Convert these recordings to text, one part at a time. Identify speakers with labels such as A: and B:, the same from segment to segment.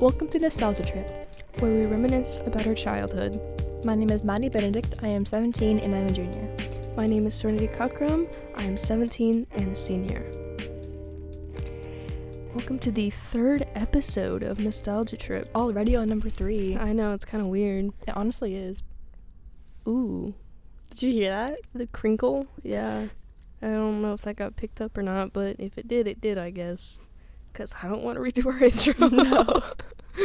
A: Welcome to Nostalgia Trip, where we reminisce about our childhood.
B: My name is Maddie Benedict. I am 17 and I'm a junior.
A: My name is Serenity Cockrum. I am 17 and a senior. Welcome to the third episode of Nostalgia Trip.
B: Already on number three.
A: I know, it's kind of weird.
B: It honestly is.
A: Ooh,
B: Did you hear that?
A: the crinkle? Yeah. I don't know if that got picked up or not, but if it did, it did, I guess. Because I don't want to redo our intro.
B: No.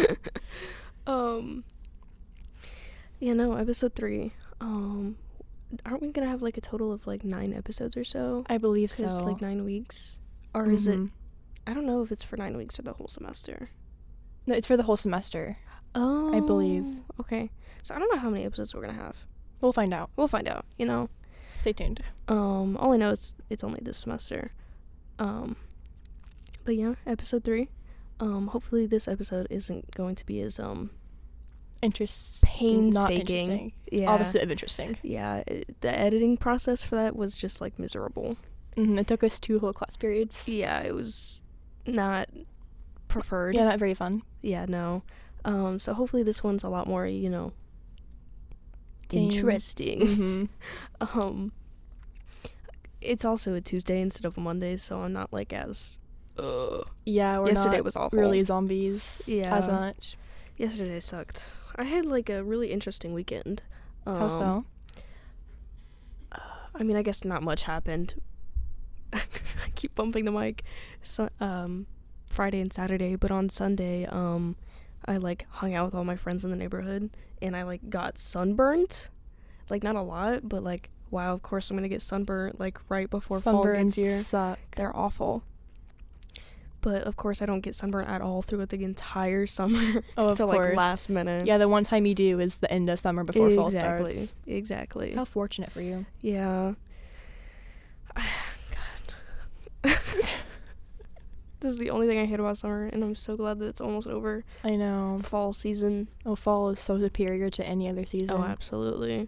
A: um. Yeah, no, episode three. Um, aren't we gonna have like a total of like nine episodes or so?
B: I believe so. Mm-hmm.
A: Because it's like nine weeks, or is it? I don't know if it's for nine weeks or the whole semester.
B: No, it's for the whole semester.
A: Oh,
B: believe.
A: Okay, so I don't know how many episodes we're gonna have.
B: We'll find out.
A: We'll find out. You know.
B: Stay tuned.
A: Um, all I know is it's only this semester. Um, but yeah, episode three. Um, hopefully this episode isn't going to be as um
B: Interest. Not
A: painstaking.
B: interesting.
A: Yeah.
B: Opposite of interesting.
A: Yeah, it- the editing process for that was just like miserable.
B: hmm It took us two whole class periods.
A: Yeah, it was not preferred.
B: Yeah, not very fun.
A: Yeah, no. Um, so hopefully this one's a lot more, you know,
B: Aim.
A: interesting.
B: Mm-hmm.
A: um, it's also a Tuesday instead of a Monday, so I'm not like as. Uh,
B: Yeah, we're
A: Yesterday
B: not
A: was awful.
B: really zombies
A: Yeah.
B: as much.
A: Yesterday sucked. I had like a really interesting weekend. Um,
B: How so?
A: I mean, I guess not much happened. I keep bumping the mic. So, um, Friday and Saturday, but on Sunday, um, I like hung out with all my friends in the neighborhood, and I like got sunburnt. Like not a lot, but like wow, of course I'm gonna get sunburnt like right before fall
B: Sunburns
A: gets here.
B: suck.
A: They're awful. But of course, I don't get sunburnt at all throughout the entire summer.
B: Oh, of
A: so, like
B: course.
A: last minute.
B: Yeah, the one time you do is the end of summer before fall
A: exactly.
B: starts.
A: Exactly.
B: How fortunate for you.
A: Yeah. God. this is the only thing I hate about summer, and I'm so glad that it's almost over.
B: I know.
A: Fall season.
B: Oh, fall is so superior to any other season
A: Oh, absolutely.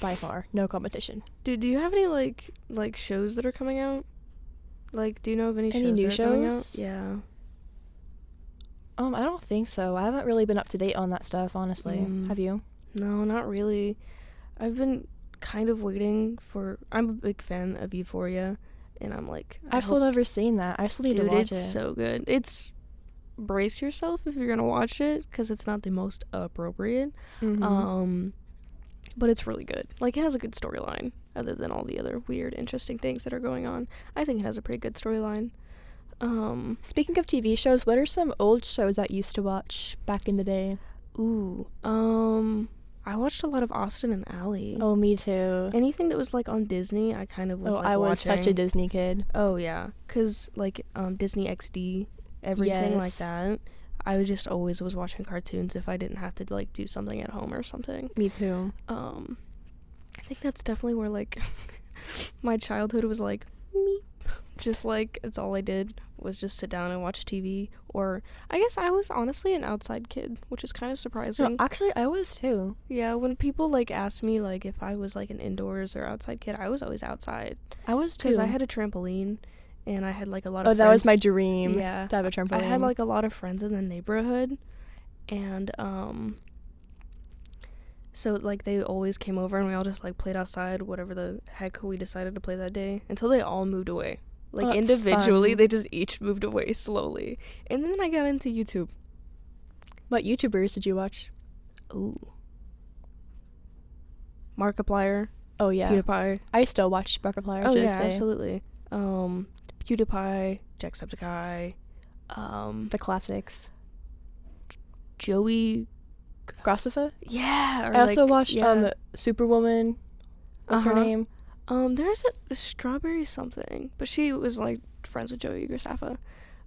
B: by far. No competition.
A: Dude, do you have any like like shows that are coming out? Like, do you know of any,
B: Any
A: shows
B: new
A: that are coming out?
B: shows?
A: Yeah.
B: Um, I don't think so. I haven't really been up to date on that stuff, honestly.
A: Mm.
B: Have you?
A: No, not really. I've been kind of waiting for. I'm a big fan of Euphoria, and I'm like, I
B: I've still
A: hope-
B: never seen that. I still need
A: Dude,
B: to watch
A: it's
B: it.
A: so good. It's brace yourself if you're gonna watch it because it's not the most appropriate.
B: Mhm.
A: Um, but it's really good. Like it has a good storyline, other than all the other weird, interesting things that are going on. I think it has a pretty good storyline. Um,
B: Speaking of TV shows, what are some old shows that you used to watch back in the day?
A: ooh, um, I watched a lot of Austin and Alley.
B: Oh, me too.
A: Anything that was like on Disney, I kind of was.
B: oh,
A: like,
B: I was such a
A: watching.
B: Disney kid.
A: Oh yeah, cause like um, Disney XD, everything like
B: Yes.
A: that. I was just always was watching cartoons if I didn't have to like do something at home or something.
B: Me too.
A: Um, I think that's definitely where like my childhood was like me, just like it's all I did was just sit down and watch TV. Or I guess I was honestly an outside kid, which is kind of surprising.
B: No, actually, I was too.
A: yeah, when people like ask me like if I was like an indoors or outside kid, I was always outside
B: I was too.
A: because I had a trampoline and I had like a lot of
B: oh, that was
A: friends-
B: my dream.
A: Yeah.
B: To have a trampoline.
A: I had like a lot of friends in the neighborhood and um so like they always came over and we all just like played outside whatever the heck we decided to play that day until they all moved away. Like
B: Oh, that's
A: individually
B: fun.
A: they just each moved away slowly. And then I got into YouTube.
B: What YouTubers did you watch?
A: Ooh. Markiplier,
B: Oh yeah,
A: PewDiePie.
B: I still watch eh? Markiplier.
A: Oh
B: to
A: yeah,
B: this day.
A: absolutely. Um PewDiePie, Jacksepticeye, um
B: The classics.
A: Joey
B: Grasifa.
A: Yeah. or,
B: I also
A: like-
B: watched
A: yeah.
B: um Superwoman. What's
A: Uh-huh.
B: her name?
A: Um, there's a, a strawberry something, but she was like friends with Joey Graceffa.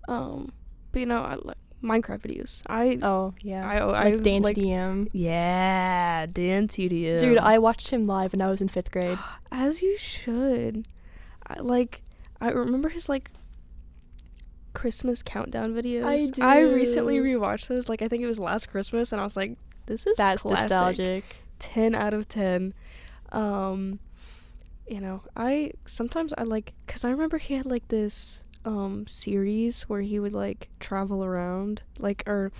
A: Um, but you know, I like Minecraft videos. I
B: Oh yeah,
A: I I
B: like Dan
A: like-
B: TDM.
A: Yeah, Dan TDM.
B: Dude, I watched him live when I was in fifth grade.
A: as you should. I like I remember his like Christmas countdown videos. I recently
B: do.
A: rewatched those. Like I think it was last Christmas, and I was like, this is
B: That's
A: classic.
B: nostalgic.
A: 10 out of 10 um you know i sometimes i like because i remember he had like this um series where he would like travel around like or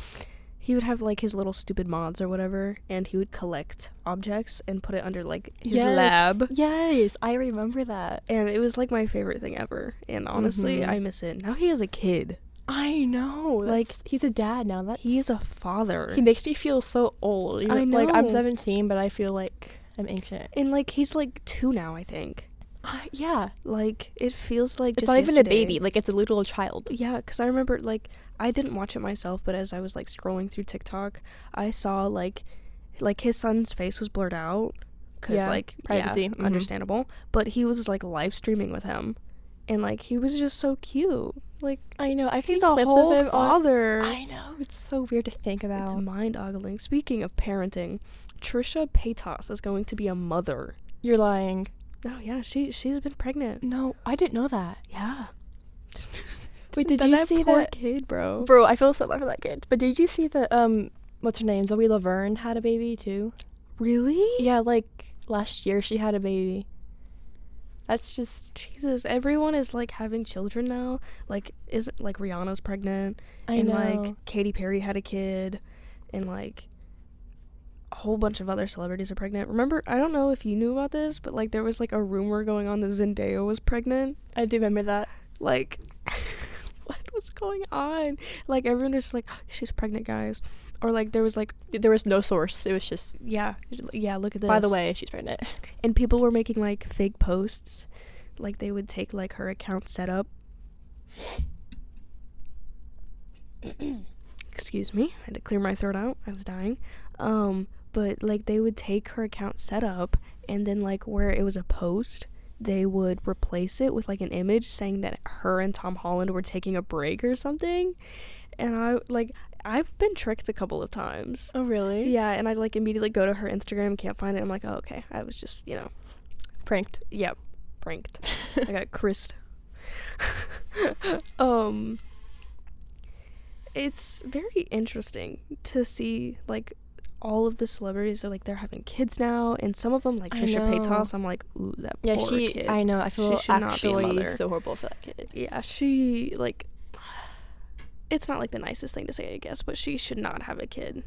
A: he would have like his little stupid mods or whatever and he would collect objects and put it under like his
B: Yes.
A: lab
B: Yes, I remember that.
A: and it was like my favorite thing ever and honestly
B: Mhm.
A: i miss it now he has a kid
B: I know. Like
A: Like-
B: he's a dad now. That's
A: he's a father
B: he makes me feel so old. You
A: I
B: Like I'm
A: know.
B: 17, but I feel like I'm ancient.
A: and like he's like two now i think
B: Uh, yeah,
A: like it feels like
B: it's
A: just
B: not even a
A: yesterday.
B: baby. Like it's a little child.
A: Yeah, because I remember, like, I didn't watch it myself, but as I was, like, scrolling through TikTok, I saw, like, like his son's face was blurred out because,
B: Yeah,
A: like, yeah,
B: privacy, mhm.
A: understandable. But he was, like, live streaming with him. And, like, he was just so cute. Like,
B: I know. I've
A: he's
B: seen
A: a
B: clips
A: whole
B: of him on.
A: father.
B: I know. It's so weird to think
A: it's
B: about.
A: mind boggling. Speaking of parenting, Trisha Paytas is going to be a mother.
B: You're lying.
A: Oh, yeah, she, she's been pregnant.
B: No, I didn't know that.
A: Yeah.
B: Wait, did
A: Then
B: you
A: that
B: see
A: poor
B: that-
A: kid, bro?
B: Bro, I feel so bad for that kid. But did you see that? Um, what's her name? Zoe Laverne had a baby too.
A: Really?
B: Yeah, like last year she had a baby. That's just
A: Jesus, everyone is like having children now. Like, isn't like Rihanna's pregnant,
B: I
A: and
B: know.
A: like Katy Perry had a kid, and like a whole bunch of other celebrities are pregnant. Remember, I don't know if you knew about this, but like there was like a rumor going on that Zendaya was pregnant.
B: I do remember that.
A: Like, what was going on? Like everyone was like, she's pregnant, guys, or like there was like,
B: There was no source. It was just.
A: yeah, yeah, look at this.
B: By the way, she's pregnant.
A: and people were making like fake posts, like they would take like her account setup excuse me, I had to clear my throat out. I was dying. Um, but like they would take her account setup and then like where it was a post, they would replace it with like an image saying that her and Tom Holland were taking a break or something. And I like I've been tricked a couple of times.
B: Oh really?
A: Yeah, and I like immediately go to her Instagram, can't find it. I'm like, oh okay, I was just you know,
B: Pranked.
A: yeah, pranked. I got Christ. um it's very interesting to see like all of the celebrities are like they're having kids now and some of them like
B: I
A: Trisha
B: know.
A: Paytas I'm like ooh that
B: Yeah,
A: poor
B: she.
A: kid.
B: I know. I
A: She
B: feel
A: should not be a
B: actually
A: mother.
B: so horrible for that kid.
A: yeah, she like it's not like the nicest thing to say I guess, but she should not have a kid.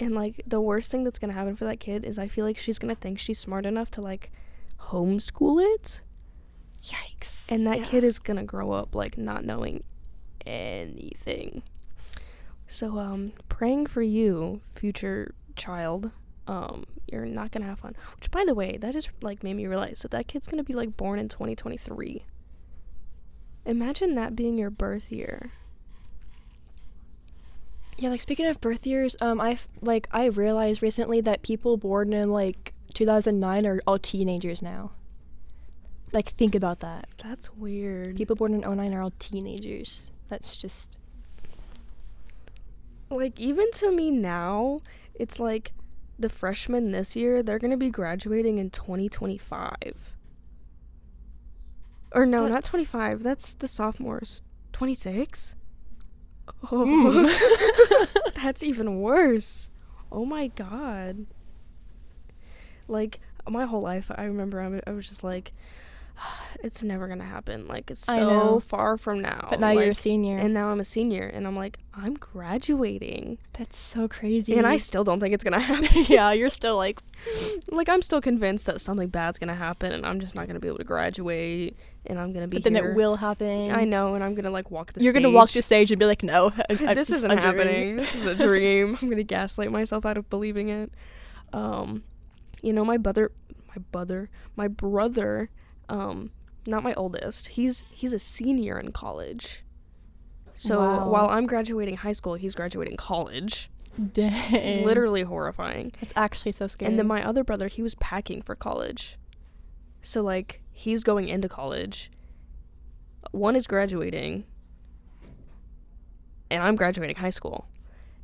A: And like the worst thing that's going to happen for that kid is I feel like she's going to think she's smart enough to like homeschool it.
B: Yikes.
A: And that kid is gonna grow up like not knowing anything. So um praying for you, future child. Um, you're not gonna have fun. Which by the way, that just like made me realize that that kid's gonna be like born in twenty twenty three. Imagine that being your birth year.
B: Yeah, like speaking of birth years, um, I have like I realized recently that people born in like 2009 are all teenagers now. Like think about that.
A: That's weird.
B: People born in 09 are all teenagers. That's just
A: like even to me now, it's like the freshmen this year, they're gonna be graduating in twenty twenty five. Or no, not
B: That's-
A: twenty five. That's the sophomores. Twenty six? Oh
B: Hmm.
A: that's even worse. Oh my god. Like my whole life, I remember I w- I was just like, it's never gonna happen. Like it's
B: I
A: so
B: know.
A: far from now.
B: But now you're a
A: Like,
B: senior.
A: and now I'm a senior, and I'm like, I'm graduating,
B: that's so crazy.
A: and I still don't think it's gonna happen.
B: yeah, you're still like
A: like I'm still convinced that something bad's gonna happen, and I'm just not gonna be able to graduate, and I'm gonna be.
B: but then
A: here.
B: it will happen.
A: I know, and I'm gonna like walk the.
B: You're going to walk the
A: stage.
B: stage and be like, "No, I, I-
A: this isn't
B: I'm doing it."
A: happening. This is a dream. I'm gonna gaslight myself out of believing it. Um, you know, my brother, my brother, my brother, um, not my oldest. He's he's a senior in college. So
B: Wow.
A: while I'm graduating high school, he's graduating college.
B: Dang.
A: Literally horrifying.
B: It's actually so scary.
A: And then my other brother, he was packing for college. So like he's going into college. One is graduating. And I'm graduating high school.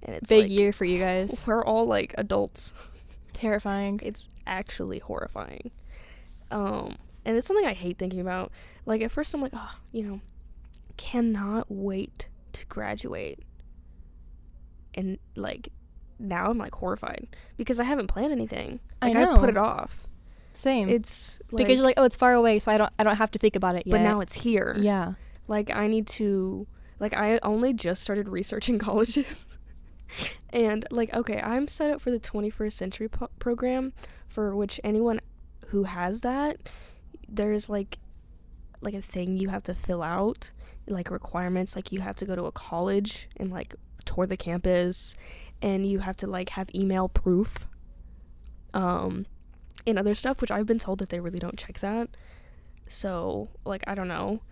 A: And it's
B: big
A: like,
B: year for you guys.
A: We're all like adults.
B: Terrifying.
A: It's actually horrifying. Um and it's something I hate thinking about. Like at first I'm like, oh, you know, cannot wait to graduate. And like now I'm like horrified because I haven't planned anything.
B: I
A: Like I put
B: know.
A: it off.
B: Same.
A: It's like,
B: because you're like, oh, it's far away, so I don't, I don't have to think about it yet.
A: but now it's here.
B: yeah,
A: like I need to like I only just started researching colleges. and like okay, I'm set up for the 21st century po- program for which anyone who has that there's like like a thing you have to fill out, like requirements like you have to go to a college and like tour the campus and you have to like have email proof um and other stuff which I've been told that they really don't check that. So, like I don't know,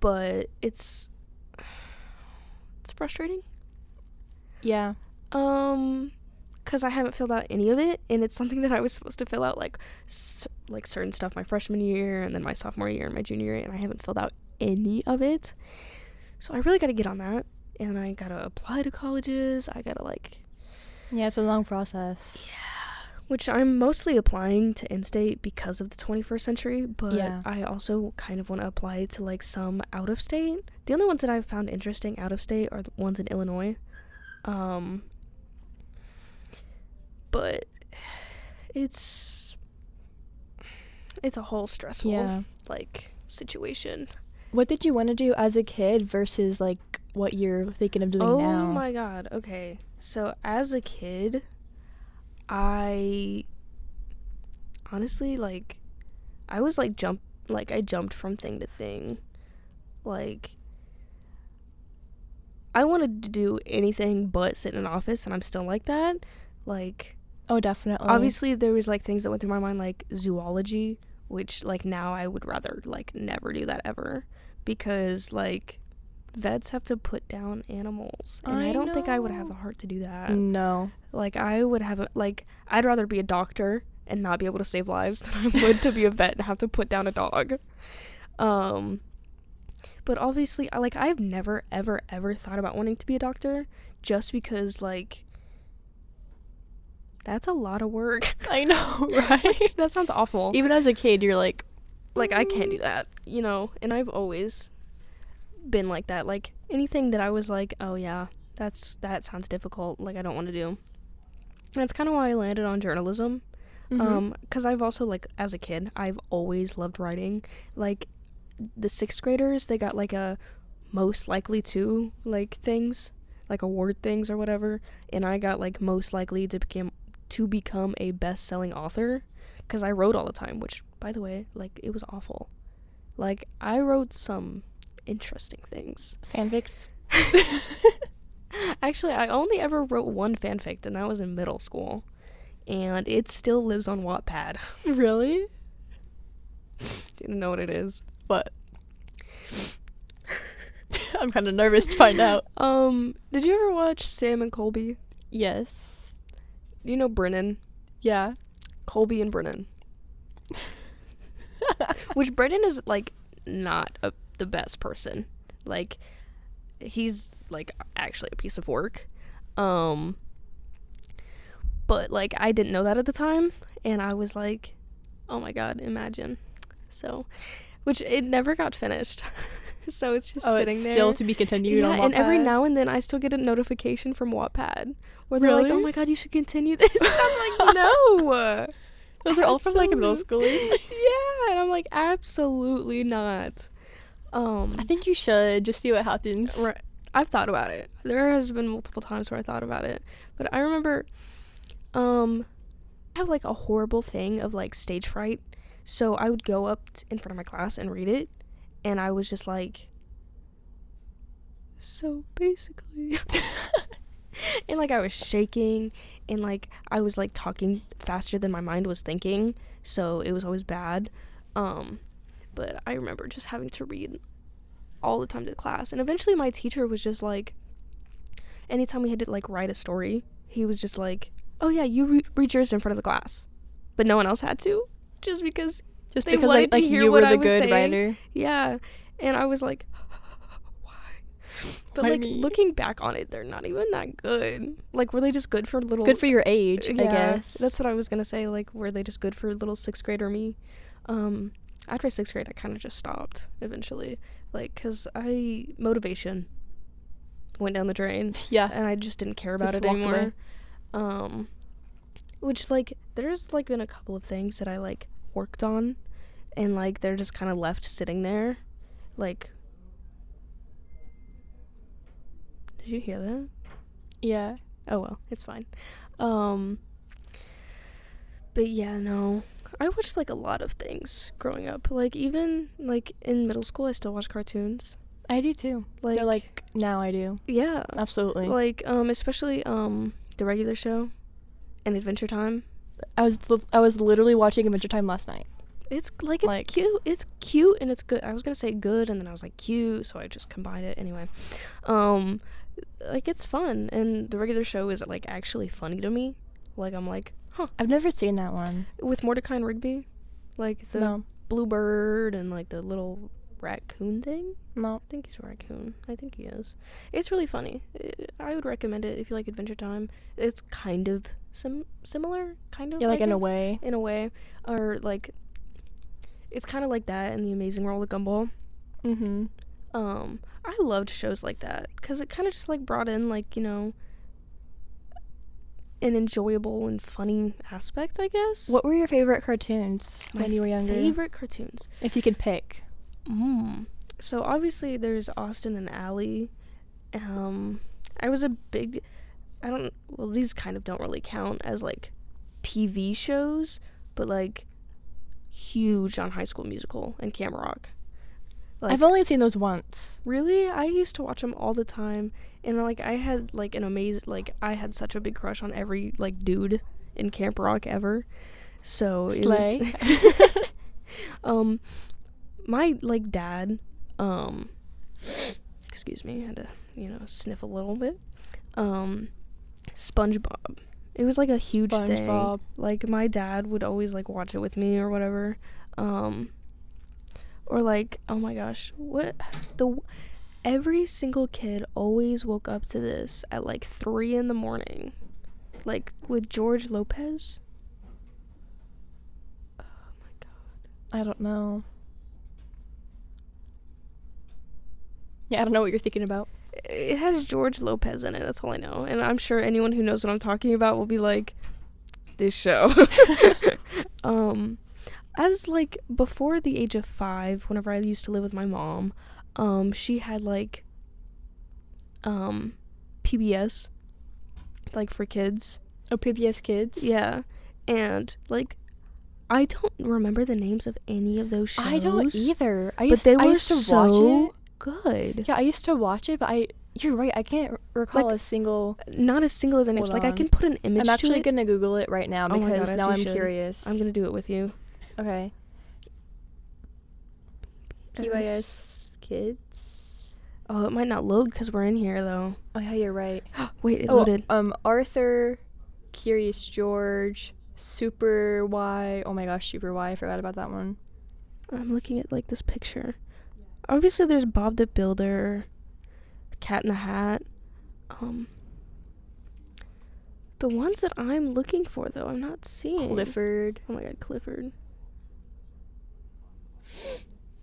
A: but it's it's frustrating.
B: Yeah.
A: Um cuz I haven't filled out any of it and it's something that I was supposed to fill out like s like certain stuff my freshman year and then my sophomore year and my junior year and I haven't filled out any of it. So I really got to get on that and I got to apply to colleges. I got to like
B: Yeah, it's a long process.
A: which I'm mostly applying to in-state because of the 21st century, but
B: Yeah.
A: I also kind of want to apply to like some out of state. The only ones that I've found interesting out of state are the ones in Illinois. Um but it's it's a whole stressful
B: Yeah.
A: like situation.
B: What did you want to do as a kid versus like what you're thinking of doing
A: oh
B: now?
A: my god. Okay. So as a kid, I honestly like I was like jump like I jumped from thing to thing. Like I wanted to do anything but sit in an office and I'm still like that. Like
B: Oh, definitely.
A: obviously there was like things that went through my mind like zoology which like now i would rather like never do that ever because like vets have to put down animals and i,
B: I
A: don't think i would have
B: know. Mm.
A: the heart to do that
B: No.
A: like i would have a, like i'd rather be a doctor and not be able to save lives than i would to be a vet and have to put down a dog um but obviously I- like i've never ever ever thought about wanting to be a doctor just because like that's a lot of work
B: I know, right?
A: that sounds awful
B: Even as a kid, you're like,
A: like I can't do that, you know. And I've always been like that. Like anything that I was like, oh yeah, that's that sounds difficult. Like I don't want to do. That's kind of why I landed on journalism.
B: Mm-hmm.
A: Um 'cause I've also like as a kid, I've always loved writing. Like the sixth graders, they got like a most likely to like things, like award things or whatever, and I got like most likely to become to become a best-selling author because I wrote all the time, which, by the way, like it was awful. Like I wrote some interesting things.
B: fanfics.
A: Actually, I only ever wrote one fanfic, and that was in middle school, and it still lives on Wattpad.
B: Really?
A: Didn't know what it is.
B: What? I'm kind of nervous to find out.
A: Um, did you ever watch Sam and Colby?
B: Yes.
A: You know Brennan,
B: Yeah.
A: Colby and Brennan. Which Brennan is like not a, the best person. Like he's like actually a piece of work. Um but like I didn't know that at the time and I was like oh my god, imagine. So which it never got finished. so it's just
B: oh,
A: sitting
B: it's
A: there.
B: still to be continued
A: yeah,
B: on
A: and every
B: Wattpad?
A: now and then I still get a notification from Wattpad where they're like,
B: Really?
A: "Oh my god, you should continue this." And I'm like, "No."
B: Those are all from like middle
A: Absolute-
B: schoolers.
A: yeah, and I'm like, absolutely not. Um,
B: I think you should just see what happens.
A: ri- I've thought about it. There has been multiple times where I thought about it, but I remember, um, I have like a horrible thing of like stage fright. So I would go up t- in front of my class and read it, and I was just like, so basically. and like I was shaking and like I was like talking faster than my mind was thinking, so it was always bad. Um but I remember just having to read all the time to class and eventually my teacher was just like anytime we had to like write a story, he was just like, "Oh yeah, you re- read yours in front of the class." But no one else had to just because
B: Just
A: They
B: because
A: wanted
B: like,
A: to
B: like
A: hear
B: you
A: what
B: were
A: I
B: the
A: was
B: good
A: saying.
B: writer.
A: yeah. And I was like, why? But
B: Why
A: like
B: me?
A: looking back on it, they're not even that good. Like were they just good for little
B: Good for your age, I
A: Yeah,
B: guess.
A: That's what I was gonna say. Like were they just good for little sixth grader me? Um after sixth grade I kind of just stopped eventually. Like cuz I motivation went down the drain
B: yeah.
A: and I just didn't care about
B: Just
A: it
B: walk
A: anymore.
B: away.
A: Um, which like there's like been a couple of things that I like worked on, and like they're just kind of left sitting there, like Did you hear that?
B: Yeah.
A: Oh well, it's fine. Um but yeah, no. I watched like a lot of things growing up. Like even like in middle school I still watch cartoons.
B: I do too. Like,
A: Like-
B: like now I do.
A: Yeah.
B: Absolutely.
A: Like um especially um the regular show and Adventure Time.
B: I was li- I was literally watching Adventure Time last night.
A: It's like it's
B: Like-
A: cute. It's cute and it's good. I was gonna say good and then I was like cute, so I just combined it anyway. Um, like it's fun and the regular show is like actually funny to me. Like I'm like, huh.
B: I've never seen that one.
A: With Mordecai and Rigby, like the
B: no.
A: bluebird and like the little raccoon thing.
B: No.
A: I think he's a raccoon. I think he is. It's really funny. I- I would recommend it if you like Adventure Time. It's kind of sim- similar, kind of.
B: Yeah, like
A: I
B: in a
A: guess
B: way.
A: in a way, or like it's kind of like that in the Amazing World of Gumball.
B: Mm-hmm.
A: Um, I loved shows like that because it kind of just like brought in like you know an enjoyable and funny aspect, I guess.
B: What were your favorite cartoons
A: My
B: when you were younger?
A: favorite cartoons?
B: If you could pick.
A: Mm. So obviously there's Austin and Ally. Um, I was a big, I don't. Well, these kind of don't really count as like TV shows, but like huge on High School Musical and Camp Rock. Like,
B: I've only seen those once.
A: really, I used to watch them all the time, and like I had like an amazing like I had such a big crush on every like dude in Camp Rock ever. So it was-
B: Slay.
A: um my like dad um excuse me I had to you know sniff a little bit um spongebob it was like a huge
B: SpongeBob.
A: thing like my dad would always like watch it with me or whatever um or like oh my gosh what the every single kid always woke up to this at like three in the morning like with george lopez oh my god
B: I don't know. Yeah, I don't know what you're thinking about.
A: it has George Lopez in it. That's all I know. And I'm sure anyone who knows what I'm talking about will be like, this show. um, as like before the age of five, whenever I used to live with my mom, um, she had like, um, PBS, like for kids.
B: Oh, PBS Kids.
A: Yeah, and like, I don't remember the names of any of those shows.
B: I don't either. I
A: But
B: used,
A: they
B: I
A: were
B: used to
A: so
B: watch
A: good.
B: it. Yeah, I used to watch it, but I. You're right. I can't r- recall
A: Like,
B: a single.
A: Not a single of the names.
B: Hold
A: Like I
B: on.
A: can put an image.
B: I'm
A: to
B: actually
A: it.
B: gonna Google it right now
A: Oh my God,
B: because
A: yes,
B: now
A: you
B: I'm
A: should.
B: curious.
A: I'm gonna do it with you.
B: Okay.
A: Yes.
B: QIS Kids.
A: Oh, it might not load because we're in here though.
B: Oh yeah, you're right.
A: Wait, it
B: Oh,
A: loaded.
B: um, Arthur, Curious George, Super Y. Oh my gosh, Super Y. I forgot about that one.
A: I'm looking at like this picture. Obviously, there's Bob the Builder, Cat in the Hat. Um, the ones that I'm looking for though, I'm not seeing.
B: Clifford.
A: Oh my God, Clifford.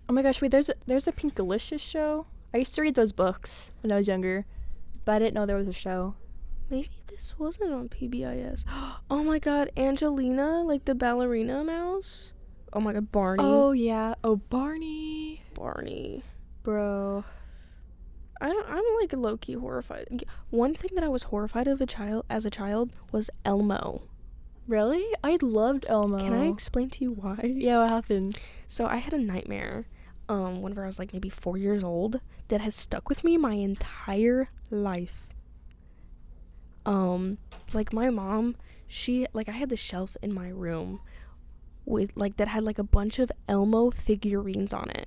B: Oh my gosh, wait. There's a, there's a Pinkalicious show. I used to read those books when I was younger, but I didn't know there was a show.
A: Maybe this wasn't on PBIS. Oh my God, Angelina, like the ballerina mouse. Oh my God, Barney.
B: yeah. Oh Barney.
A: Barney.
B: Bro.
A: I don't, I'm like low key horrified. G- One thing that I was horrified of a child as a child was Elmo.
B: Really? I loved Elmo.
A: Can I explain to you why?
B: yeah, what happened?
A: So I had a nightmare um whenever I was like maybe 4 years old that has stuck with me my entire life. Um like my mom, she like I had the shelf in my room with like that had like a bunch of Elmo figurines on it.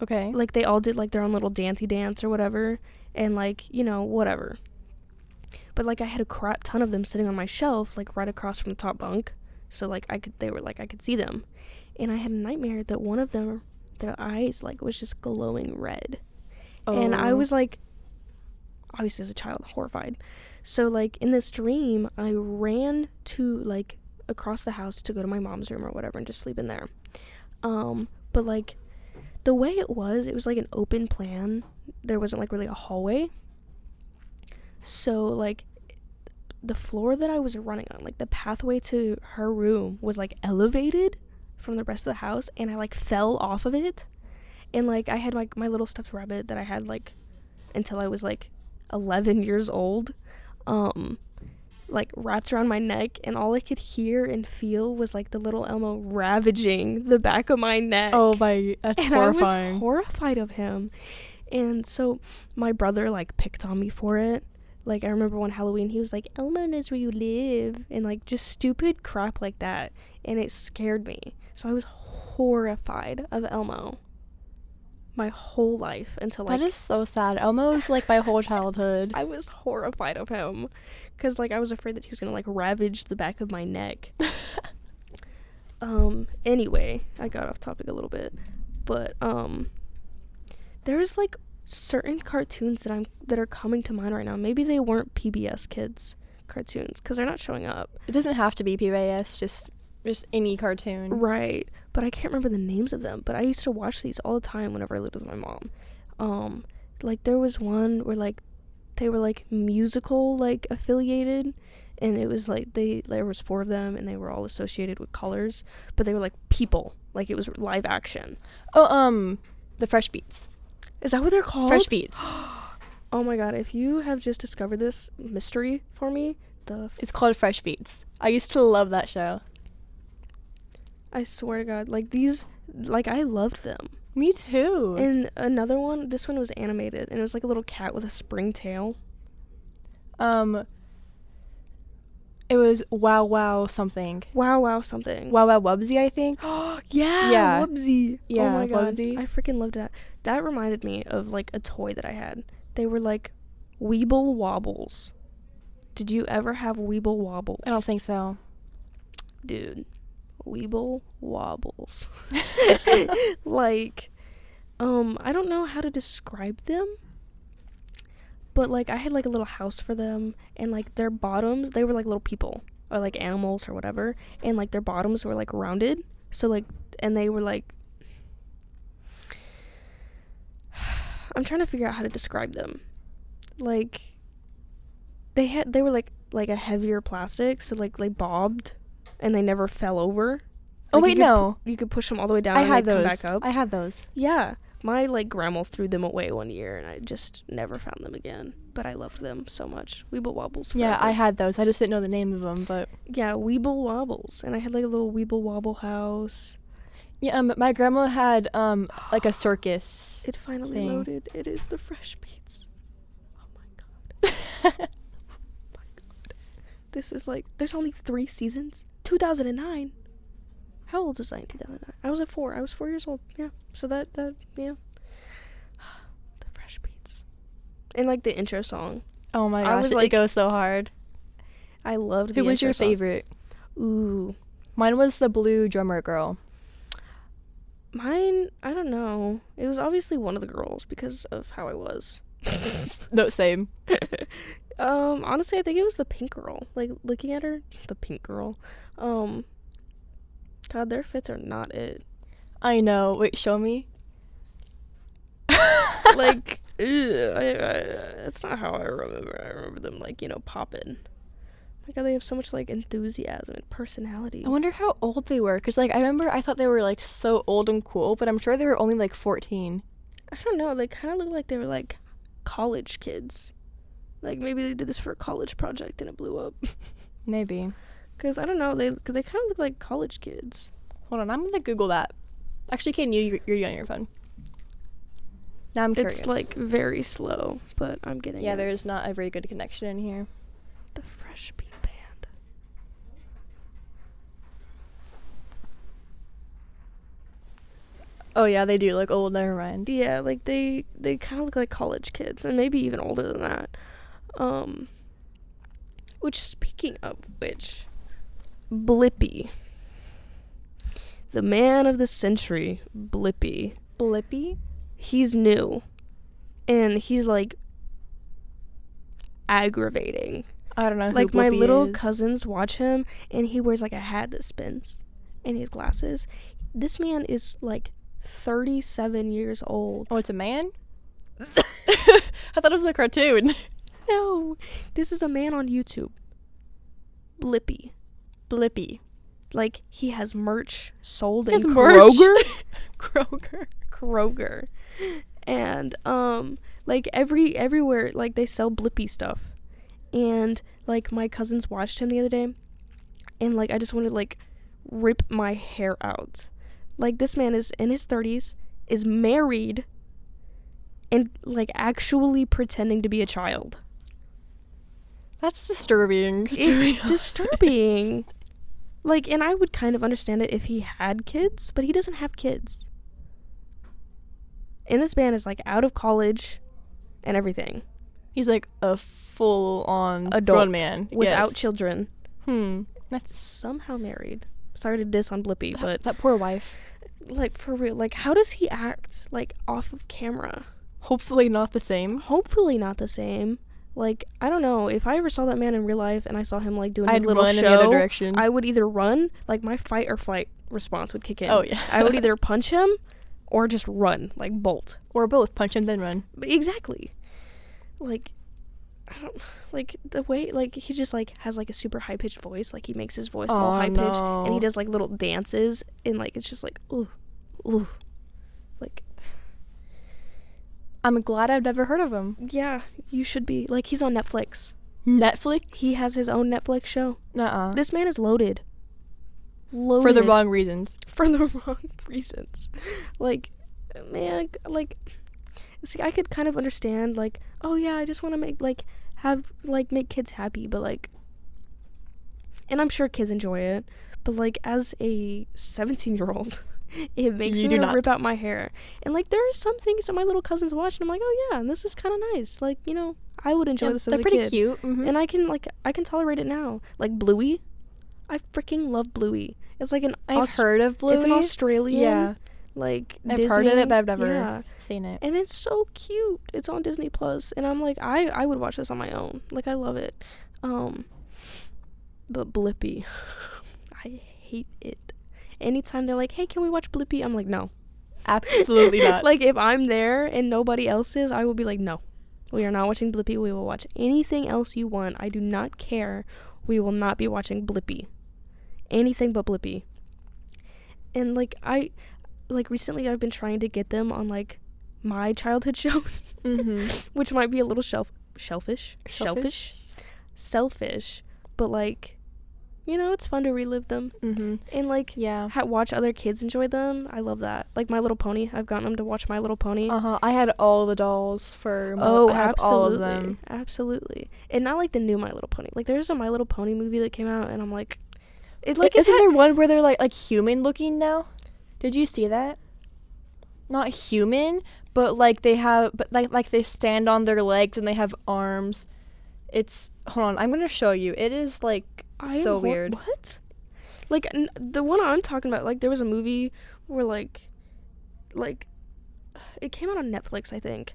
B: Okay.
A: like they all did like their own little dancey dance or whatever and like you know whatever but like i had a crap ton of them sitting on my shelf like right across from the top bunk so like i could they were like i could see them and i had a nightmare that one of them their eyes like was just glowing red and i
B: Oh.
A: was like obviously as a child horrified so like in this dream i ran to like across the house to go to my mom's room or whatever and just sleep in there um but like the way it was, it was like an open plan. There wasn't like really a hallway. So like the floor that I was running on, like the pathway to her room was like elevated from the rest of the house and I like fell off of it. And like I had like my little stuffed rabbit that I had like until I was like 11 years old, um, like wrapped around my neck, and all I could hear and feel was like the little Elmo ravaging the back of my neck.
B: Oh my, that's
A: and I was
B: horrifying.
A: horrified of him. And so my brother like picked on me for it. Like I remember one Halloween he was like, Elmo knows where you live and like just stupid crap like that. And it scared me. So I was horrified of Elmo my whole life until like
B: that is so sad. Elmo's like my whole childhood.
A: I was horrified of him because like I was afraid that he was gonna like ravage the back of my neck. um. Anyway, I got off topic a little bit, but um, there's like certain cartoons that I'm that are coming to mind right now. Maybe they weren't PBS Kids cartoons because they're not showing up,
B: It doesn't have to be PBS, just just any cartoon.
A: right? But I can't remember the names of them. But I used to watch these all the time whenever I lived with my mom. Um, like there was one where like they were like musical like affiliated and it was like they there was four of them and they were all associated with colors but they were like people like it was live action
B: Oh, um, the Fresh Beats.
A: is that what they're called
B: Fresh Beats.
A: oh my god if you have just discovered this mystery for me the f-
B: It's called Fresh Beats. I used to love that show.
A: i swear to god like these like i loved them
B: Me too.
A: and another one this one was animated and it was like a little cat with a spring tail
B: um, it was Wow Wow something.
A: wow wow something
B: Wow Wow Wubsy, I think.
A: Oh yeah,
B: Yeah.
A: Wubsy. oh
B: Yeah,
A: my god,
B: Wubsy.
A: I freaking loved that. That reminded me of like a toy that I had. They were like Weeble Wobbles. Did you ever have Weeble Wobbles?
B: I don't think so.
A: dude. Weeble Wobbles. like, um, I don't know how to describe them. But like, I had like a little house for them, and like their bottoms, they were like little people or like animals or whatever, and like their bottoms were like rounded. So like, and they were like. I'm trying to figure out how to describe them. Like they had they were like like a heavier plastic, so like they bobbed and they never fell over.
B: Oh,
A: Like,
B: wait,
A: you could pu-
B: no.
A: you could push them all the way down
B: I
A: and
B: had
A: they'd
B: those.
A: come back up.
B: I had those.
A: yeah. My like grandma threw them away one year and I just never found them again. But I loved them so much. Weeble wobbles.
B: Yeah, I
A: forever.
B: had those. I just didn't know the name of them, but
A: yeah, Weeble Wobbles. And I had like a little Weeble Wobble house.
B: yeah, um, my grandma had um like a circus.
A: It finally
B: Thing.
A: loaded. It is the fresh beats. Oh my god. my god. This is like there's only three seasons. 2009. How old was I in 2009? I was at four. I was four years old. Yeah. So that that yeah. the fresh beats. And like the intro song.
B: Oh my
A: I
B: gosh,
A: was
B: it
A: like-
B: goes so hard.
A: I loved. the
B: Who was
A: intro
B: your
A: song.
B: favorite?
A: Ooh,
B: Mine was the blue drummer girl.
A: mine. I don't know. It was obviously one of the girls because of how I was.
B: No, same.
A: Um, honestly, I think it was the pink girl. Like looking at her, the pink girl. Um, God, their fits are not it.
B: I know. Wait, show me.
A: Like, ugh, I, I, that's not how I remember. I remember them like you know popping. My God, they have so much like enthusiasm and personality.
B: I wonder how old they were, cause like I remember I thought they were like so old and cool, but I'm sure they were only like 14.
A: I don't know. They kind of look like they were like college kids. Like maybe they did this for a college project and it blew up.
B: Maybe.
A: Cause I don't know. They they kind of look like college kids.
B: Hold on, I'm gonna Google that. Actually, Kaden, you you're on your phone. Now I'm curious.
A: It's like very slow, but I'm getting
B: yeah,
A: it.
B: there's not a very good connection in here.
A: The Fresh Beat Band.
B: Oh yeah, they do look old. Never mind.
A: Yeah, like they they kind of look like college kids, and maybe even older than that. Um, which speaking of which, Blippy, the man of the century, Blippy,
B: Blippy.
A: he's new, and he's like aggravating.
B: I don't know.
A: like
B: who
A: my
B: Blippi
A: little
B: is.
A: cousins watch him and he wears like a hat that spins and he has glasses this man is like 37 years old
B: Oh, it's a man. I thought it was a cartoon.
A: no this is a man on youtube blippy
B: Blippy.
A: like he has merch sold
B: His
A: in
B: merch?
A: kroger
B: Kroger.
A: kroger and um like every everywhere like they sell blippy stuff and like my cousins watched him the other day and like i just wanted to like rip my hair out like this man is in his 30s is married and like actually pretending to be a child
B: That's disturbing. to be
A: it's
B: honest.
A: disturbing like and i would kind of understand it if he had kids but he doesn't have kids and this man is like out of college and everything
B: He's like a full on
A: adult
B: grown man
A: without
B: yes.
A: children
B: Hmm. That's
A: somehow married sorry to diss on blippy but
B: that, that poor wife.
A: like for real like how does he act like off of camera
B: Hopefully not the same.
A: hopefully not the same like i don't know if i ever saw that man in real life and i saw him like doing
B: I'd
A: his little
B: run in
A: show
B: the other direction.
A: i would either run like my fight or flight response would kick in
B: Oh, yeah.
A: i would either punch him or just run like bolt
B: Or both, punch him then run.
A: but exactly like I don't, like the way like he just like has like a super high pitched voice like he makes his voice all
B: Oh,
A: high pitched and
B: no.
A: he does like little dances and like it's just like ooh ooh like
B: I'm glad I've never heard of him.
A: yeah you should be like he's on Netflix
B: Netflix?
A: he has his own Netflix show
B: Nuh-uh.
A: This man is loaded. Loaded
B: For the wrong reasons.
A: for the wrong reasons. Like, man, like, see, I could kind of understand, like, oh yeah, I just want to make like have like make kids happy, but like, and I'm sure kids enjoy it, but like as a 17 year old, it makes
B: You
A: me
B: do
A: wanna
B: not.
A: rip out my hair. And like, there are some things that my little cousins watch, and I'm like, oh yeah, and this is kind of nice. Like, you know, I would enjoy
B: Yeah,
A: this as
B: they're
A: a
B: pretty
A: kid
B: cute. mhm.
A: and I can like I can tolerate it now. Like Bluey, I freaking love Bluey. It's like an
B: I've
A: Aus-
B: heard of Bluey.
A: It's an Australian.
B: Yeah.
A: Like
B: I've heard of
A: Disney-
B: it, but I've never
A: Yeah.
B: seen it.
A: And it's so cute. It's on Disney Plus, and I'm like I I would watch this on my own. Like I love it. Um, but Blippy, I hate it. Anytime they're like, "Hey, can we watch Blippy?" I'm like, "No."
B: Absolutely not.
A: like if I'm there and nobody else is, I will be like, no, we are not watching Blippy. We will watch anything else you want. I do not care. We will not be watching Blippy, anything but Blippy. And like I, like recently I've been trying to get them on like my childhood shows,
B: Mhm.
A: which might be a little shelf shellfish, shellfish,
B: Shellfish?
A: selfish, but like, you know, it's fun to relive them
B: hmm
A: and like
B: Yeah.
A: ha- watch other kids enjoy them. I love that. Like My Little Pony. I've gotten them to watch My Little Pony.
B: Uh huh. I had all the dolls for.
A: oh,
B: I have
A: absolutely,
B: all of them.
A: absolutely. And not like the new My Little Pony. Like there's a My Little Pony movie that came out, and I'm like, it like
B: Like,
A: it's
B: isn't
A: had-
B: there one where they're like like human looking now? Did you see that? Not human, but like they have, but like like they stand on their legs and they have arms. It's hold on. I'm gonna show you. It is like
A: I am
B: so
A: hor-
B: weird.
A: What? Like n- the one I'm talking about. Like there was a movie where like, like, it came out on Netflix, I think,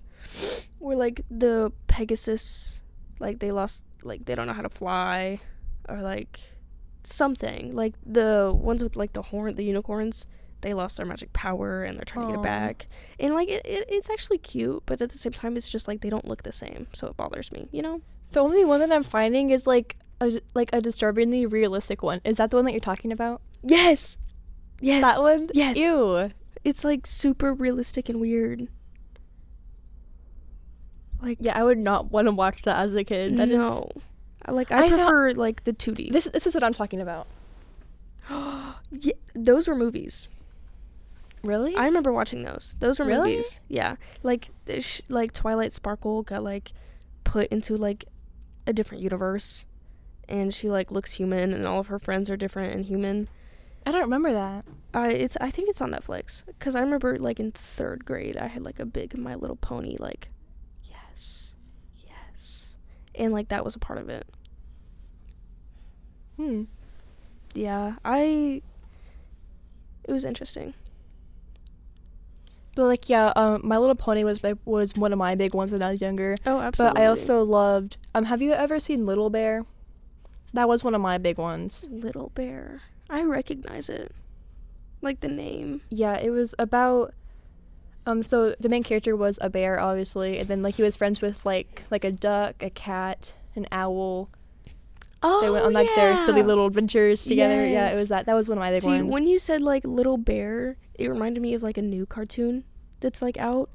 A: where like the Pegasus, like they lost, like they don't know how to fly, or like something. Like the ones with like the horn, the unicorns. They lost their magic power and they're trying to get
B: Aw.
A: it back. And like it, it, it's actually cute, but at the same time, it's just like they don't look the same, so it bothers me. You know?
B: The only one that I'm finding is like a like a disturbingly realistic one. Is that the one that you're talking about?
A: Yes. Yes.
B: That one?
A: Yes.
B: Ew.
A: it's like super realistic and weird. Like
B: Yeah, I would not want to watch that as a kid. That is
A: no, I- like I,
B: I thought-
A: prefer like the two D.
B: This this is what I'm talking about.
A: yeah, those were movies.
B: Really?
A: I remember watching those. Those were
B: Really?
A: movies. Yeah, like the sh- like Twilight Sparkle got like put into like a different universe, and she like looks human, and all of her friends are different and human.
B: I don't remember that.
A: Uh, it's I think it's on Netflix because I remember like in third grade I had like a big My Little Pony like, yes, yes, and like that was a part of it.
B: Hmm.
A: Yeah, I. It was interesting.
B: But like yeah, um, My Little Pony was my- was one of my big ones when I was younger.
A: Oh, absolutely.
B: But I also loved. Um, have you ever seen Little Bear? That was one of my big ones.
A: Little Bear. I recognize it, like the name.
B: Yeah, it was about. Um, so the main character was a bear, obviously, and then like he was friends with like like a duck, a cat, an owl.
A: Oh,
B: They went on like their silly little adventures together. Yeah,
A: Yes.
B: it was that. That was one of my big
A: See,
B: ones.
A: when you said like Little Bear, it reminded me of like a new cartoon that's like out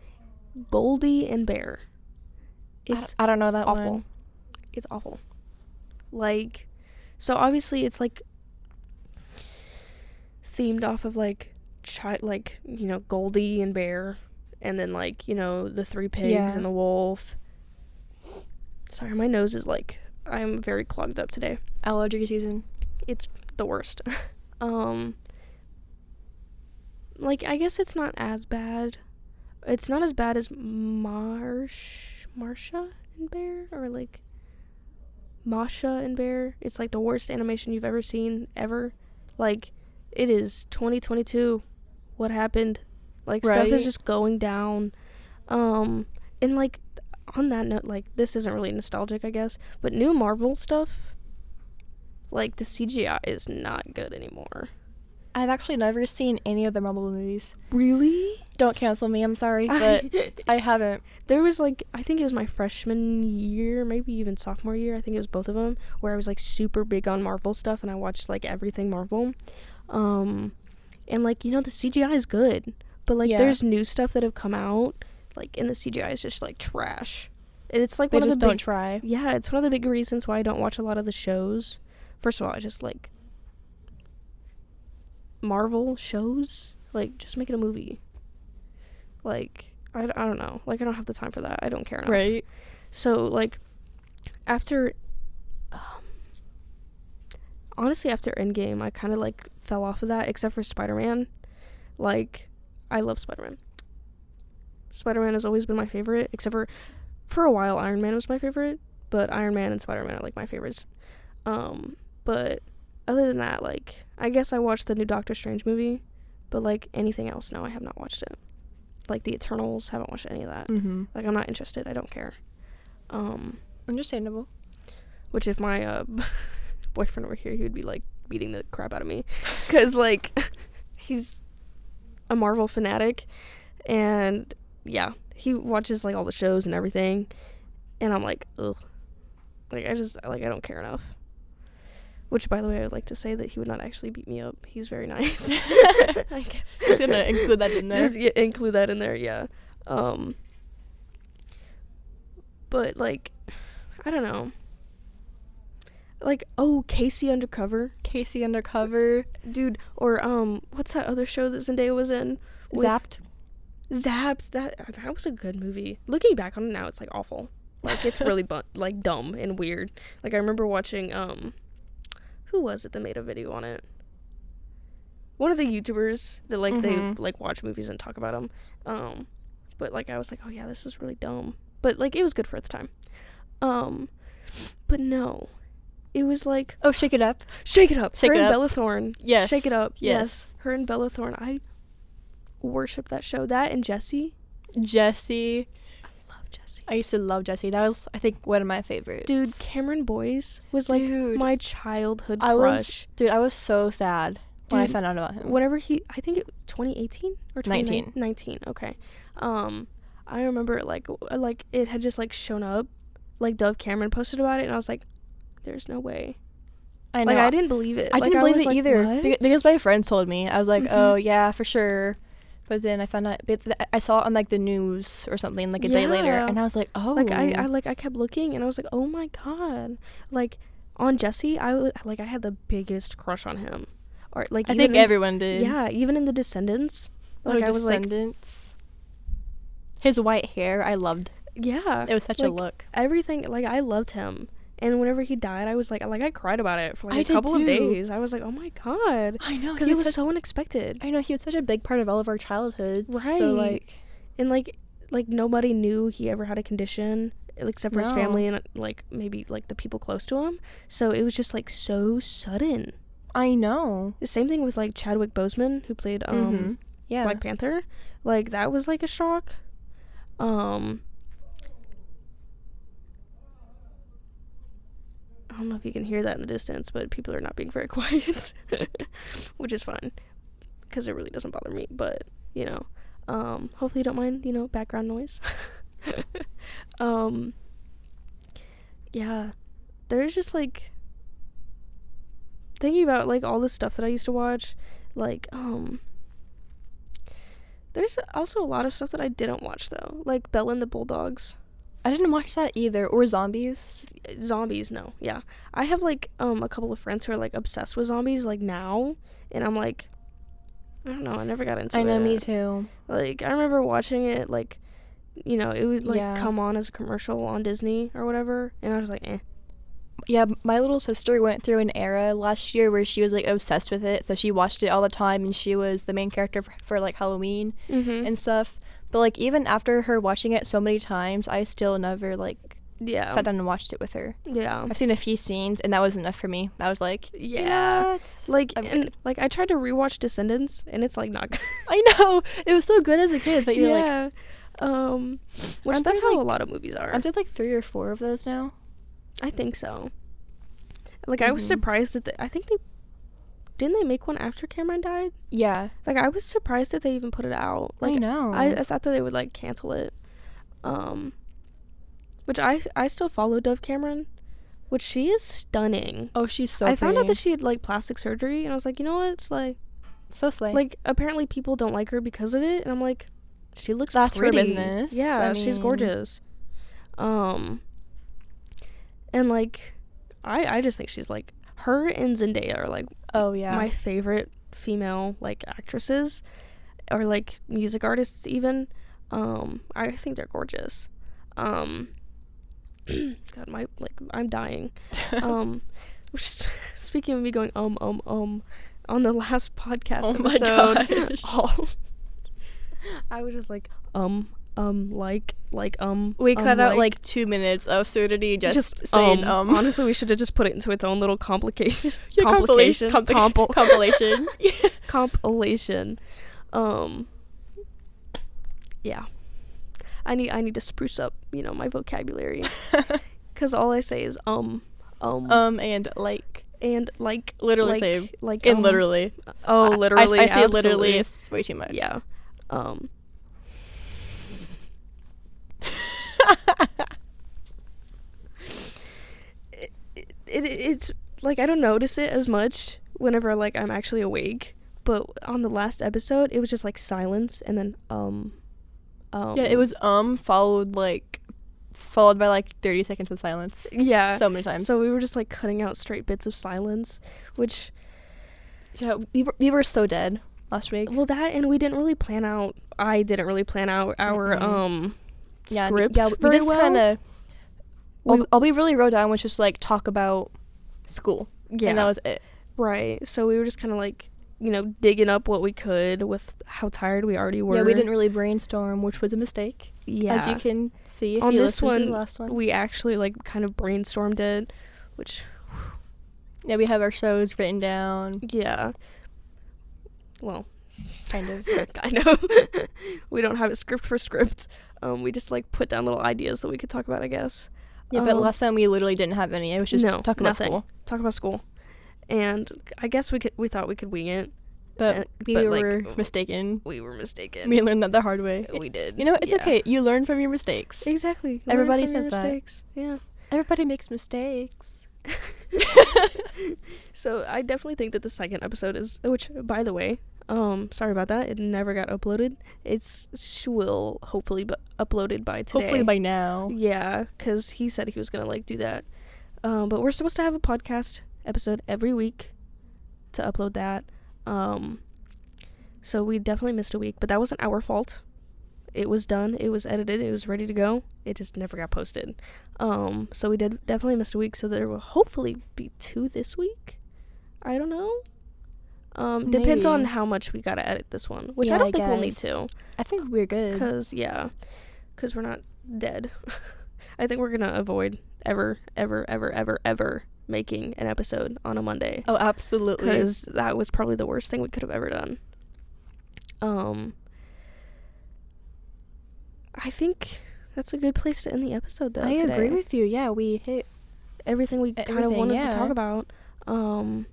A: Goldie and Bear.
B: I d-
A: It's
B: I, don't know that
A: awful.
B: one.
A: It's awful. Like, so obviously it's like themed off of like chi- like you know Goldie and Bear, and then like you know the three pigs
B: Yeah.
A: and the wolf. Sorry, my nose is like I'm very clogged up today.
B: Allergy season.
A: It's the worst. um, like I guess it's not as bad. It's not as bad as Marsh, Marsha and Bear, or like Masha and Bear. It's like the worst animation you've ever seen ever. Like it is 2022. What happened? Like stuff
B: Right.
A: is just going down. Um, and like on that note, like this isn't really nostalgic, I guess, but new Marvel stuff. Like the CGI is not good anymore.
B: I've actually never seen any of the Marvel movies.
A: Really?
B: Don't cancel me. I'm sorry, but I haven't.
A: there was like I think it was my freshman year, maybe even sophomore year. I think it was both of them where I was like super big on Marvel stuff and I watched like everything Marvel. Um and like you know the CGI is good, but like
B: Yeah.
A: there's new stuff that have come out like and the CGI is just like trash. And it's like
B: They
A: one
B: just
A: of the
B: don't
A: big,
B: try.
A: Yeah, it's one of the big reasons why I don't watch a lot of the shows. First of all, I just like Marvel shows. Like, just make it a movie. Like, I, I don't know. Like, I don't have the time for that. I don't care enough.
B: Right.
A: So, like, after. Um, honestly, after Endgame, I kind of, like, fell off of that, except for Spider Man. Like, I love Spider Man. Spider Man has always been my favorite, except for for a while, Iron Man was my favorite, but Iron Man and Spider Man are, like, my favorites. Um, but other than that, like, I guess I watched the new Doctor Strange movie, but, like, anything else, no, I have not watched it. Like, the Eternals, haven't watched any of that.
B: Mm-hmm.
A: Like I'm not interested. I don't care. Um,
B: Understandable.
A: which if my uh, boyfriend were here, he would be like beating the crap out of me, cause like he's a Marvel fanatic, and yeah, he watches like all the shows and everything, and I'm like ugh, like I just like I don't care enough. Which by the way, I would like to say that he would not actually beat me up. He's very nice. I guess
B: Just gonna include that in there.
A: Just yeah, include that in there, yeah. Um, but like, I don't know. Like, oh, Casey Undercover,
B: Casey Undercover.
A: dude, or um, what's that other show that Zendaya was in? With-
B: Zapped.
A: Zaps. That that was a good movie. Looking back on it now, it's like awful. Like it's really bu- like dumb and weird. Like I remember watching um, who was it that made a video on it? One of the YouTubers that like
B: Mhm.
A: they like watch movies and talk about them. Um, but like I was like, oh yeah, this is really dumb. But like it was good for its time. Um, but no, it was like
B: Oh, shake it up.
A: Shake It Up.
B: Shake
A: her
B: It
A: and
B: Up.
A: Bella Thorne.
B: Yes.
A: Shake It Up.
B: Yes.
A: Her and Bella Thorne. I worship that show. That and Jesse.
B: Jesse.
A: Love Jesse.
B: I used to love Jesse. That was, I think, one of my favorites.
A: Dude, Cameron Boyce was like
B: Dude.
A: my childhood
B: I was,
A: crush.
B: dude, I was so sad when I
A: Dude,
B: found out about him.
A: Whenever he, I think it 2018 or
B: 19.
A: 2019. 19. Okay. Um, I remember like w- uh, like it had just like shown up, like Dove Cameron posted about it, and I was like, "There's no way."
B: I know.
A: like I didn't believe it.
B: I
A: Like,
B: didn't believe
A: was
B: it
A: like,
B: either
A: "What?"
B: beca- because my friends told me. I was like,
A: Mhm.
B: "Oh yeah, for sure," but then I found out. But th- I saw it on like the news or something like a day later,
A: Yeah.
B: and I was like, "Oh,
A: like I, I like I kept looking and I was like, "Oh my god!" Like on Jesse, I w- like I had the biggest crush on him, or like
B: I
A: even
B: think
A: in-
B: everyone did."
A: yeah, even in the Descendants, like
B: like
A: I was like,
B: Descendants. His white hair, I loved.
A: yeah,
B: It was such a
A: like,
B: look.
A: everything like I loved him. And whenever he died, I was like, like I cried about it for like
B: I
A: a
B: did
A: couple
B: too.
A: of days. I was like, oh my god,
B: I know
A: because it was so unexpected,
B: I know he was such a big part of all of our childhoods.
A: Right.
B: So like,
A: and like, like nobody knew he ever had a condition except for his
B: No.
A: family and like maybe like the people close to him. So it was just like so sudden.
B: I know.
A: The same thing with like Chadwick Boseman who played um
B: Mhm. Yeah.
A: Black Panther. Like that was like a shock. Um I don't know if you can hear that in the distance, but people are not being very quiet, which is fine because it really doesn't bother me, but you know, um hopefully you don't mind, you know, background noise. um yeah, there's just like thinking about like all the stuff that I used to watch, like um There's also a lot of stuff that I didn't watch though, like Bell and the Bulldogs.
B: I didn't watch that either. Or zombies.
A: zombies no yeah i have like um a couple of friends who are like obsessed with zombies like now and i'm like i don't know i never got into
B: I
A: it
B: know, me too.
A: like i remember watching it like you know it would like
B: Yeah.
A: come on as a commercial on disney or whatever and i was like eh.
B: Yeah, m- my little sister went through an era last year where she was like obsessed with it. So she watched it all the time and she was the main character for, for like Halloween
A: mm-hmm.
B: and stuff. But like even after her watching it so many times, I still never like
A: yeah
B: sat down and watched it with her.
A: yeah
B: I've seen a few scenes and that was enough for me. That was like
A: yeah
B: "Yes."
A: like
B: I'm
A: and
B: good.
A: like i tried to rewatch descendants and it's like not good
B: I know. It was so good as a kid that you're like
A: yeah um which
B: Aren't
A: that's
B: there,
A: how
B: like-
A: a lot of movies are
B: aren't there like three or four of those now?
A: I think so. Like I was
B: Mhm.
A: surprised that they, I think they didn't they make one after Cameron died.
B: Yeah.
A: Like I was surprised that they even put it out. Like
B: I know.
A: I, I thought that they would like cancel it. Um, which I I still follow Dove Cameron, which she is stunning.
B: oh, she's so
A: I found out
B: pretty.
A: that she had like plastic surgery, and I was like, you know what? It's like
B: so slay.
A: like apparently people don't like her because of it, and I'm like, she looks
B: That's her
A: pretty.
B: business.
A: Yeah,
B: I
A: she's
B: mean-
A: gorgeous. Um, and like, I I just think she's like her and Zendaya are like
B: oh yeah.
A: my favorite female like actresses or like music artists even. Um, I think they're gorgeous. Um, God, my like I'm dying um which is- speaking of me going um um um on the last podcast
B: Oh my
A: episode
B: gosh.
A: all- i was just like um um like like um
B: We
A: um,
B: cut out like two minutes of absurdity just,
A: um,
B: saying um.
A: honestly we should have just put it into its own little complication
B: Yeah, compilation-
A: complication
B: compli-
A: compil-
B: compilation.
A: compilation um yeah i need i need to spruce up you know my vocabulary because all i say is um um
B: um and like
A: and like
B: Literally
A: like,
B: same.
A: like
B: and
A: um,
B: literally.
A: oh
B: I- I-
A: literally
B: I, say literally.
A: absolutely.
B: It's way too much.
A: yeah um it, it, it's like i don't notice it as much whenever like i'm actually awake but on the last episode it was just like silence and then um um
B: Yeah. It was um followed like followed by like thirty seconds of silence.
A: yeah
B: So many times.
A: so we were just like cutting out straight bits of silence which
B: yeah, we were, we were so dead last week.
A: Well, that and we didn't really plan out. I didn't really plan out our
B: Mm-mm.
A: um
B: yeah, n-
A: script.
B: Yeah, we
A: very
B: just
A: well.
B: kind of.
A: We-
B: All, all we really wrote down was just like talk about school,
A: yeah,
B: and that was it.
A: right. So we were just kind of like you know digging up what we could with how tired we already were.
B: Yeah, we didn't really brainstorm, which was a mistake,
A: Yeah,
B: as you can see if
A: On
B: you
A: this
B: listen to
A: one,
B: the last one.
A: we actually like kind of brainstormed it, which
B: Yeah, we have our shows written down,
A: yeah. Well,
B: kind of.
A: I know we don't have it script for script. Um, we just like put down little ideas that we could talk about. I guess.
B: Yeah, but
A: Um,
B: last time we literally didn't have any. It was just
A: no,
B: talking about
A: nothing.
B: school.
A: talk about school, and I guess we could. We thought we could wing it.
B: But
A: Uh,
B: we
A: but, like,
B: were mistaken.
A: we were mistaken.
B: We learned that the hard way.
A: we did.
B: You know, it's
A: yeah.
B: okay. You learn from your mistakes.
A: Exactly. Learn
B: Everybody
A: from your
B: says that.
A: mistakes. Yeah.
B: Everybody makes mistakes.
A: So I definitely think that the second episode is, which by the way, um, sorry about that. It never got uploaded. It's sh- will hopefully be uploaded by today.
B: Hopefully by now.
A: Yeah, because he said he was gonna like do that. Um, but we're supposed to have a podcast episode every week to upload that. Um, so we definitely missed a week, but that wasn't our fault. It was done. It was edited. It was ready to go. It just never got posted. Um, so we did definitely missed a week. So there will hopefully be two this week. I don't know. Um, depends on
B: Maybe.
A: how much we gotta edit this one, which
B: Yeah,
A: I
B: I
A: don't think we'll need
B: guess.
A: to.
B: I think we're good.
A: Cause yeah, cause we're not dead. I think we're gonna avoid ever, ever, ever, ever, ever making an episode on a Monday.
B: Oh, absolutely.
A: Cause that was probably the worst thing we could have ever done. Um, I think that's a good place to end the episode. Though
B: I
A: uh, today.
B: agree with you. Yeah, we hit.
A: everything we kind of
B: everything,
A: wanted
B: yeah.
A: to talk about. Um,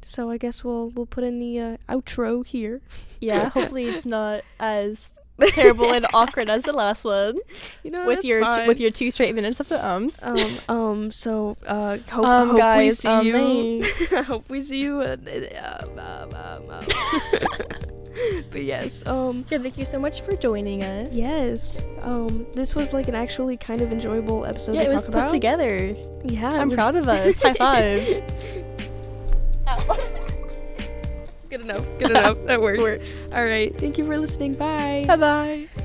A: so I guess we'll we'll put in the uh, outro here.
B: Yeah, hopefully it's not as terrible and awkward as the last one
A: You know,
B: with
A: that's
B: your
A: fine.
B: t- with your two straight minutes of the ums.
A: um um so uh hope,
B: Um,
A: hope we
B: guys,
A: see
B: um,
A: you
B: thanks.
A: hope we see you uh, um, um, um, um. but but yes. Um
B: Yeah, thank you so much for joining us.
A: yes. Um this was like an actually kind of enjoyable episode
B: Yeah,
A: to
B: it
A: talk
B: was put
A: about.
B: together.
A: Yeah. it
B: I'm
A: was-
B: proud of us. High five.
A: Good enough. Good enough. That works.
B: Works.
A: All right. Thank you for listening. Bye.
B: Bye bye.